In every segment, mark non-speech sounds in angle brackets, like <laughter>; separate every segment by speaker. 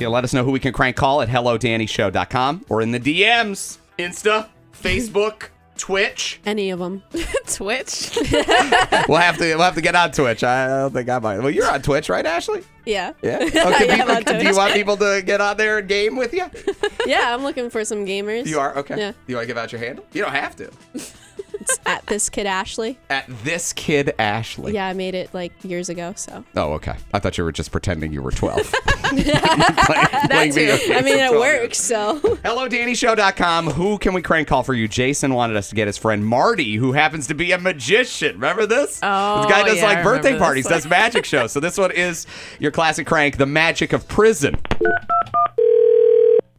Speaker 1: you. Let us know who we can crank call at hellodannyshow.com or in the DMs, Insta, Facebook,
Speaker 2: <laughs>
Speaker 1: Twitch.
Speaker 2: Any of them.
Speaker 3: Twitch.
Speaker 1: We'll have to we'll have to get on Twitch. I don't think I might. Well, you're on Twitch, right, Ashley?
Speaker 2: <laughs> Yeah. <laughs>
Speaker 1: Yeah. Okay,
Speaker 3: Yeah, I'm
Speaker 1: people,
Speaker 3: on
Speaker 1: do you
Speaker 3: Twitch.
Speaker 1: want people to get on there and game with you?
Speaker 2: Yeah, I'm looking for some gamers.
Speaker 1: You are okay.
Speaker 2: Yeah.
Speaker 1: You want to give out your handle? You don't have to.
Speaker 2: It's at this kid Ashley.
Speaker 1: At this kid Ashley.
Speaker 2: Yeah, I made it like years ago, so.
Speaker 1: Oh, okay. I thought you were just pretending you were
Speaker 2: <laughs>
Speaker 1: 12. <laughs> Playing- playing
Speaker 2: That's
Speaker 1: video
Speaker 2: it.
Speaker 1: <laughs>
Speaker 2: I
Speaker 1: games
Speaker 2: mean,
Speaker 1: at
Speaker 2: it
Speaker 1: 12 years.
Speaker 2: works, so.
Speaker 1: HelloDannyShow.com. Who can we crank call for you? Jason wanted us to get his friend Marty, who happens to be a magician. Remember this?
Speaker 3: Oh,
Speaker 1: this guy does
Speaker 3: yeah,
Speaker 1: like
Speaker 3: I
Speaker 1: birthday
Speaker 3: remember
Speaker 1: parties,
Speaker 3: this.
Speaker 1: does magic shows. So this one is your classic crank, the magic of prison.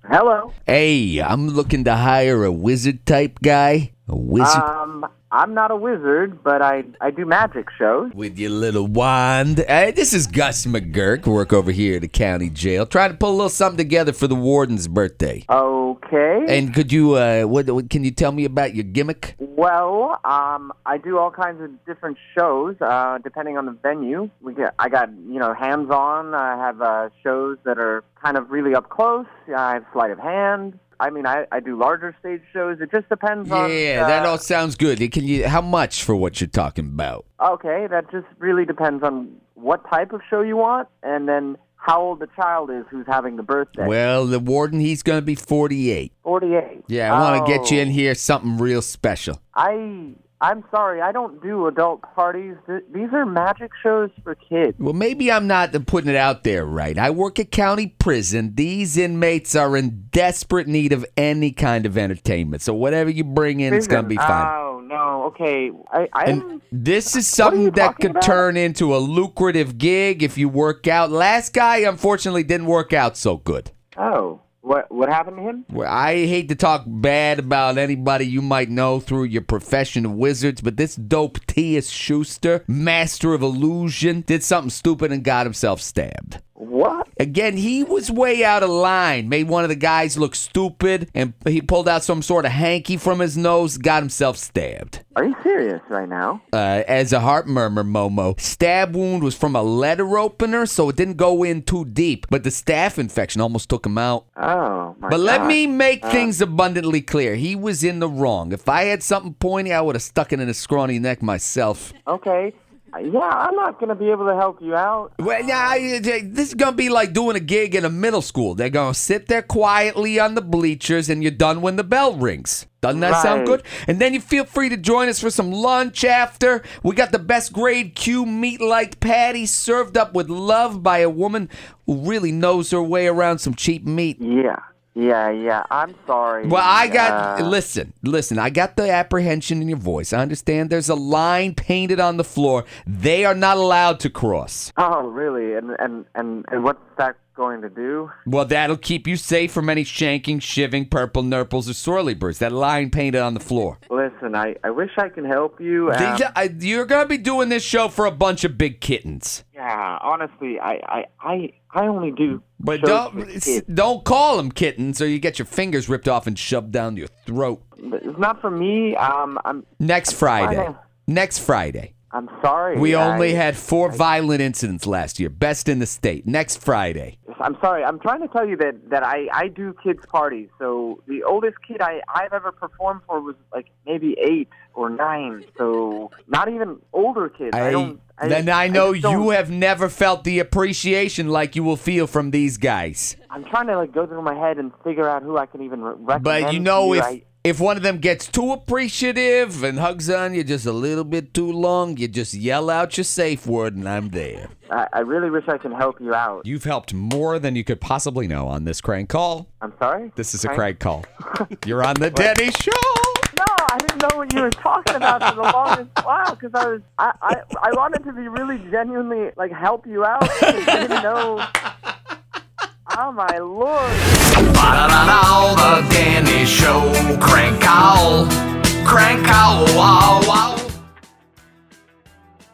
Speaker 4: Hello.
Speaker 5: Hey, I'm looking to hire a wizard type guy. A wizard
Speaker 4: Um, I'm not a wizard, but I I do magic shows.
Speaker 5: with your little wand. Hey, this is Gus McGurk. Work over here at the county jail. Trying to pull a little something together for the warden's birthday.
Speaker 4: Okay.
Speaker 5: And could you, uh, what, what can you tell me about your gimmick?
Speaker 4: well, um, I do all kinds of different shows, uh, depending on the venue. We get, I got you know hands-on. I have uh, shows that are kind of really up close. I have sleight of hand. I mean, I, I do larger stage shows. It just depends on.
Speaker 5: Yeah, that
Speaker 4: uh,
Speaker 5: all sounds good. Can you, how much for what you're talking about?
Speaker 4: Okay, that just really depends on what type of show you want, and then how old the child is who's having the birthday.
Speaker 5: Well, the warden, he's going to be 48.
Speaker 4: Forty-eight.
Speaker 5: Yeah, I want to get you
Speaker 4: Oh.
Speaker 5: in here something real special.
Speaker 4: I I'm sorry, I don't do adult parties. Th- these are magic shows for kids.
Speaker 5: Well, maybe I'm not putting it out there right. I work at county prison. These inmates are in desperate need of any kind of entertainment. So whatever you bring in, it's going to be fine.
Speaker 4: Oh no, okay. I I'm
Speaker 5: and this is
Speaker 4: What are you
Speaker 5: something that
Speaker 4: talking
Speaker 5: could
Speaker 4: about?
Speaker 5: turn into a lucrative gig if you work out. Last guy, unfortunately, didn't work out so good.
Speaker 4: oh. What what happened to him?
Speaker 5: Well, I hate to talk bad about anybody you might know through your profession of wizards, but this dope T.S. Schuster, master of illusion, did something stupid and got himself stabbed.
Speaker 4: What?
Speaker 5: Again, he was way out of line. Made one of the guys look stupid, and he pulled out some sort of hanky from his nose, got himself stabbed.
Speaker 4: Are you serious right now?
Speaker 5: Uh, as a heart murmur, Momo, stab wound was from a letter opener, so it didn't go in too deep, but the staph infection almost took him out.
Speaker 4: Oh my
Speaker 5: But let
Speaker 4: God. Uh.
Speaker 5: me make things abundantly clear. He was in the wrong. If I had something pointy, I would have stuck it in his scrawny neck myself.
Speaker 4: Okay. Yeah, I'm not gonna be able to help you out.
Speaker 5: Well, yeah, I, I- this is gonna be like doing a gig in a middle school. They're gonna sit there quietly on the bleachers, and you're done when the bell rings. Doesn't that sound
Speaker 4: Right.
Speaker 5: good? And then you feel free to join us for some lunch after. We got the best grade Q meat-like patty served up with love by a woman who really knows her way around some cheap meat.
Speaker 4: Yeah. Yeah, yeah. I'm sorry.
Speaker 5: Well, I got
Speaker 4: Uh,
Speaker 5: listen, listen. I got the apprehension in your voice. I understand. There's a line painted on the floor. They are not allowed to cross.
Speaker 4: Oh, really? And and and and what's that going to do?
Speaker 5: Well, that'll keep you safe from any shanking, shivving, purple nurples, or sorely birds. That line painted on the floor.
Speaker 4: Listen, I I wish I can help you. um,
Speaker 5: These- I- you're gonna be doing this show for a bunch of big kittens.
Speaker 4: Yeah, honestly, I I I, I only do.
Speaker 5: But
Speaker 4: shows
Speaker 5: don't
Speaker 4: for kids.
Speaker 5: don't call them kittens, or you get your fingers ripped off and shoved down your throat.
Speaker 4: But It's not for me. Um, I'm
Speaker 5: Next Friday.
Speaker 4: Friday.
Speaker 5: Next Friday.
Speaker 4: I'm sorry.
Speaker 5: We
Speaker 4: I-
Speaker 5: only had four violent incidents last year, best in the state. Next Friday.
Speaker 4: I'm sorry. I'm trying to tell you that that I I do kids parties. So the oldest kid I I've ever performed for was like maybe eight or nine. So not even older kids. I, don't. I,
Speaker 5: then I know
Speaker 4: just don't-
Speaker 5: you have never felt the appreciation like you will feel from these guys.
Speaker 4: I'm trying to like go through my head and figure out who I can even re- recommend.
Speaker 5: But you
Speaker 4: to
Speaker 5: know, if
Speaker 4: I-
Speaker 5: if one of them gets too appreciative and hugs on you just a little bit too long, you just yell out your safe word, and I'm there.
Speaker 4: I, I really wish I can help you out.
Speaker 1: You've helped more than you could possibly know on this crank call.
Speaker 4: I'm sorry.
Speaker 1: This is a crank
Speaker 4: Frank? <laughs>
Speaker 1: call. You're on the Denny Show.
Speaker 4: No, I didn't know what you were talking about for the longest while because I was I, I I wanted to be really genuinely like help you out. I didn't know. Oh my lord!
Speaker 6: All the Danny Show, crank call, crank call, wow, wow.